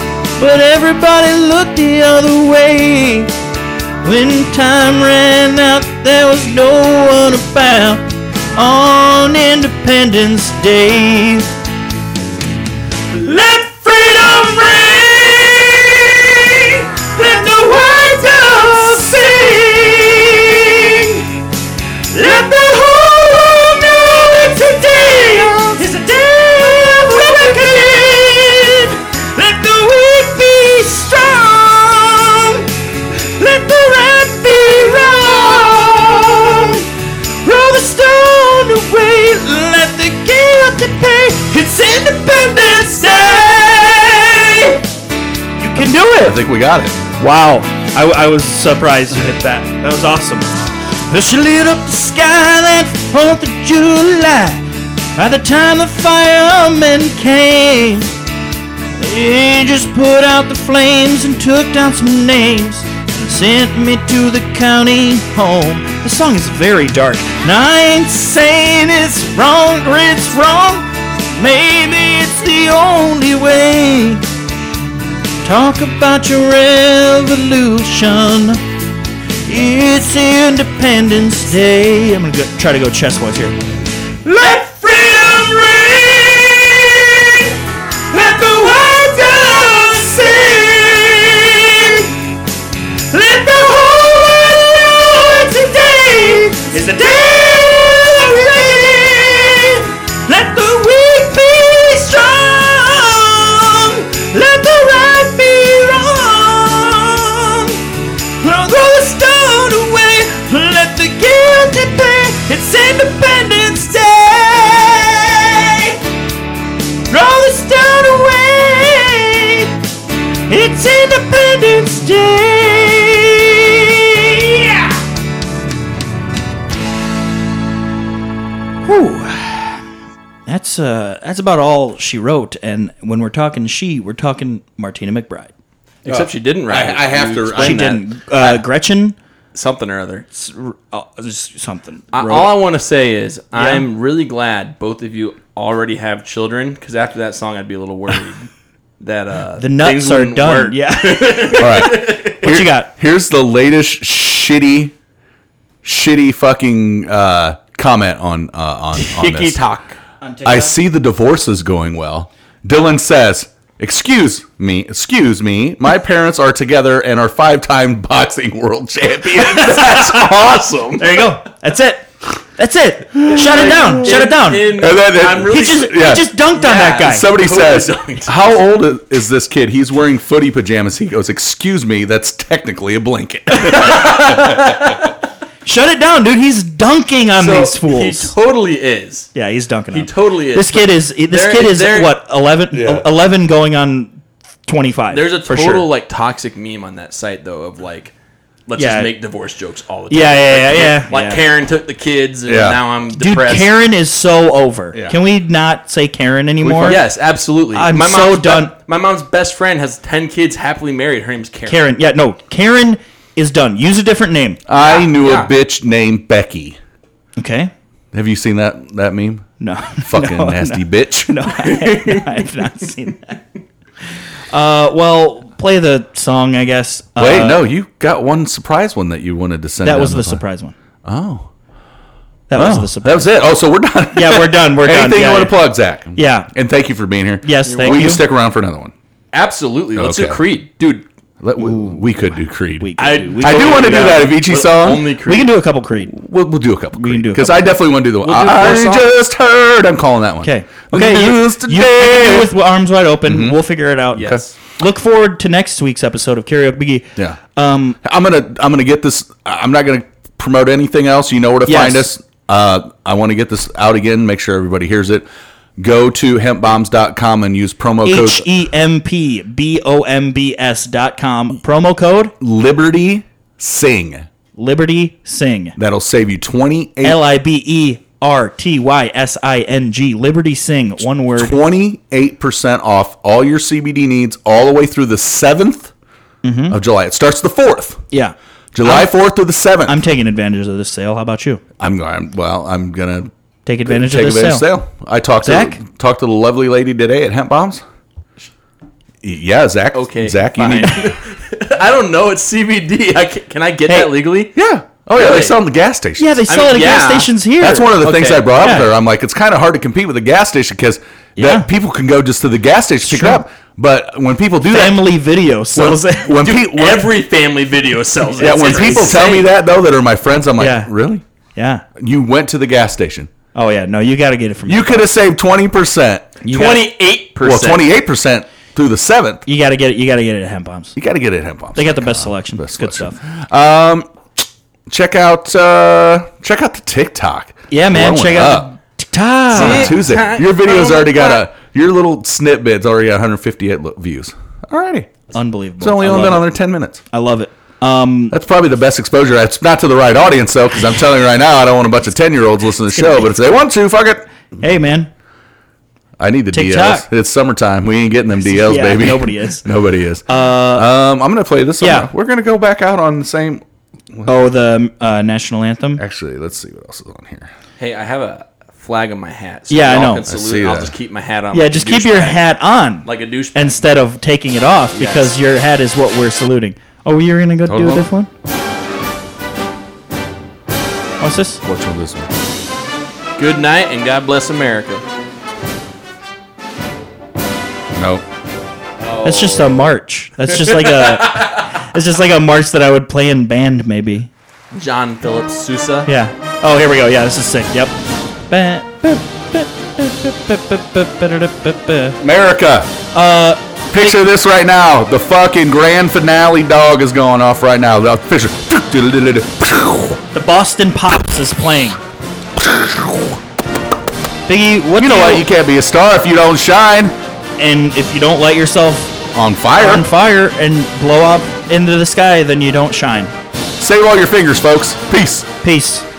but everybody looked the other way. When time ran out, there was no one about on Independence Day. Let freedom ring! Let the words of sing! Let the whole world know that today is a day of reckoning! Let the weak be strong! Let the right be wrong. Roll the stone away. Let the guilty pay. It's Independence Day. You can do it.
I think we got it.
Wow. I, I was surprised at that. That was awesome. Well, she lit up the sky that 4th of July. By the time the firemen came, they just put out the flames and took down some names and sent me to the county home. The song is very dark. Now I ain't saying it's wrong or it's wrong. Maybe it's the only way. Talk about your revolution. It's Independence Day. I'm gonna go, try to go chest wise here. Let freedom ring. Let the world sing. that's uh, that's about all she wrote. And when we're talking she, we're talking Martina McBride.
Except she didn't write.
I,
it.
I have
You
to.
explained
I,
She didn't. Uh, Gretchen,
something or other.
s- r- uh, s- something.
I,
wrote-
all I want to say is I'm really glad both of you already have children because after that song I'd be a little
*laughs*
worried that uh,
the nuts
things
are
wouldn't
done.
work.
Yeah.
All right.
*laughs* what you got?
Here's the latest shitty, shitty fucking uh, comment on uh, on on
Tiki
this.
Talk.
I see the divorce is going well. Dylan says, "Excuse me, excuse me. My parents are together and are five-time *laughs* boxing world champions." That's *laughs* awesome.
There you go. That's it. That's it. Shut it down. Shut it down.
And
And then it-
I'm
he
really
just
yeah.
he just dunked on that guy.
Somebody
Totally
says,
dunked.
"How old i- is this kid? He's wearing footy pajamas." He goes, "Excuse me, that's technically
*laughs*
a blanket."
Shut it down, dude. He's dunking on
so-
these fools.
He totally is.
yeah, he's dunking.
He
on them.
totally is.
This kid is. This
There-
kid is
there-
what 11, 11 going on twenty five.
There's a
for
total
sure.
like toxic meme on that site though of like, let's
Yeah.
just make divorce jokes all the time.
Yeah, yeah,
like,
yeah, yeah.
Like
yeah.
Karen took the kids and
Yeah.
now I'm
Dude,
depressed.
Karen is so over.
Yeah.
Can we not say Karen anymore?
Yes, absolutely.
I'm so
mom's
done-
be- my mom's best friend has ten kids, happily married. Her name's Karen.
Karen. Yeah, no. Karen is done. Use a different name.
I knew a bitch named Becky.
Okay.
Have you seen that
*laughs*
that meme?
No.
Fucking
No,
nasty bitch.
*laughs* No, I, I have not seen that. Uh, well, play the song, I guess. Uh,
Wait, no, you got one surprise one that you wanted to send.
That
down
was the
line.
surprise one.
Oh,
That was
Oh,
the surprise.
that was it. Oh, so we're done.
*laughs* yeah, we're done. We're done.
*laughs* Anything
Yeah,
you want
yeah.
to plug, Zach?
Yeah.
And thank you for being here.
Yes, thank
we
you.
can stick around for another one.
Absolutely. Let's
Okay.
do Creed, dude.
Let- we, we could do Creed.
We,
I-
can do, we,
I do want to do that Avicii
But
song.
Only
we
Creed.
can do a couple Creed.
we'll, we'll do a couple
can do a
because
couple.
I definitely want to do the one.
do the
I
first song.
just heard. I'm calling that one.
Okay. Okay. You,
News
you- I
today. Mm-hmm.
can do with arms wide open. We'll figure it out.
Yes.
Look forward to next week's episode of Karaoke Biggie.
Yeah.
Um,
I'm gonna I'm gonna get this. I'm not gonna promote anything else. You know where to
Yes.
find us. Uh, I want to get this out again. Make sure everybody hears it. Go to hempbombs.com and use promo code
H E M P B O M B S dot com. Promo code
Liberty Sing.
Liberty Sing.
That'll save you twenty eight
L I B E R T Y S I N G. Liberty Sing. One word.
twenty eight percent off all your CBD needs all the way through the 7th
Mm-hmm.
of July. It starts the fourth,
Yeah.
July fourth through the seventh.
I'm
I'm
taking advantage of this sale. How about you?
I'm going. Well, I'm gonna
Take advantage
take
of this
advantage of
sale.
sale. I talked to
Zach?
talked to the lovely lady today at Hemp Bombs. Yeah, Zach.
Okay,
Zach, you
fine.
need.
*laughs* I don't know. It's CBD. I can, can I get
Hey.
that legally?
*laughs* Yeah. Oh yeah, they
Really?
sell them at the gas station.
Yeah, they sell
mean,
it at gas
yeah.
stations here.
That's one of the things
Okay.
I brought up
Yeah.
there. I'm like, it's kind of hard to compete with a gas station because
Yeah.
that people can go just to the gas station to pick it
true.
up. But when people do
Family Video sells
that,
it.
when, when,
Dude,
pe- when-
every family video sells it.
yeah, when
It's
people tell me
insane.
that though, that are my friends, I'm like,
Yeah.
really?
*laughs* Yeah.
You went to the gas station.
Oh yeah. No, you got to get it from.
You could have saved twenty percent.
You gotta-
twenty-eight
Well,
percent.
twenty eight percent through the seventh.
You got to get it. You got to get it at Hemp Bombs.
You got to get it at Hemp Bombs.
They got the best selection.
best
Good
selection.
stuff.
check out uh, check out the TikTok.
Yeah, man.
Blowing
Check
up.
out the TikTok.
on Tuesday.
Tick-tock,
Your video's
boom,
already got
clap.
a your little snitbit's already got 158 lo- views. Alrighty,
Unbelievable.
it's only
I
only
love
been on
it.
there 10 minutes.
I love it. Um,
That's probably the best exposure. It's not to the right audience though, because I'm telling you right now, I don't want a bunch of 10 year olds listening to the show. But if they want to, fuck it.
hey, man.
I need the
TikTok.
DLs. It's summertime. We ain't getting them DLs,
Yeah,
baby.
nobody is.
*laughs*
Uh,
nobody is. um, I'm gonna play this. Song
yeah.
now. we're gonna go back out on the same.
Oh, the uh, national anthem.
Actually, let's see what else is on here.
Hey, I have a flag on my hat. So
Yeah, I
y'all
know.
Can
I
salute.
see
I'll
that.
just keep my hat on.
Yeah,
like a
just keep your
douchebag.
hat on
like a douche.
instead of taking it off because your hat is what we're saluting. Oh, you're gonna go do
on.
this one. What's this?
What's on this one?
Good night and God bless America.
No.
That's just
Oh.
a march. That's just
*laughs*
like a. It's just like a march that I would play in band, maybe.
John Philip Sousa.
Yeah. Oh, here we go. Yeah, this is sick. Yep. Ba- ba- ba- ba- ba- ba- ba- ba- da- da- ba- ba.
America. Uh, picture this right now. The fucking grand finale dog is going off right now. The official.
The Boston Pops is playing. Biggie, what
You
do
know what? You can't be a star if you don't shine
and if you don't light yourself
on fire.
on fire and blow up into the sky, then you don't shine.
Save all your fingers, folks. Peace.
Peace.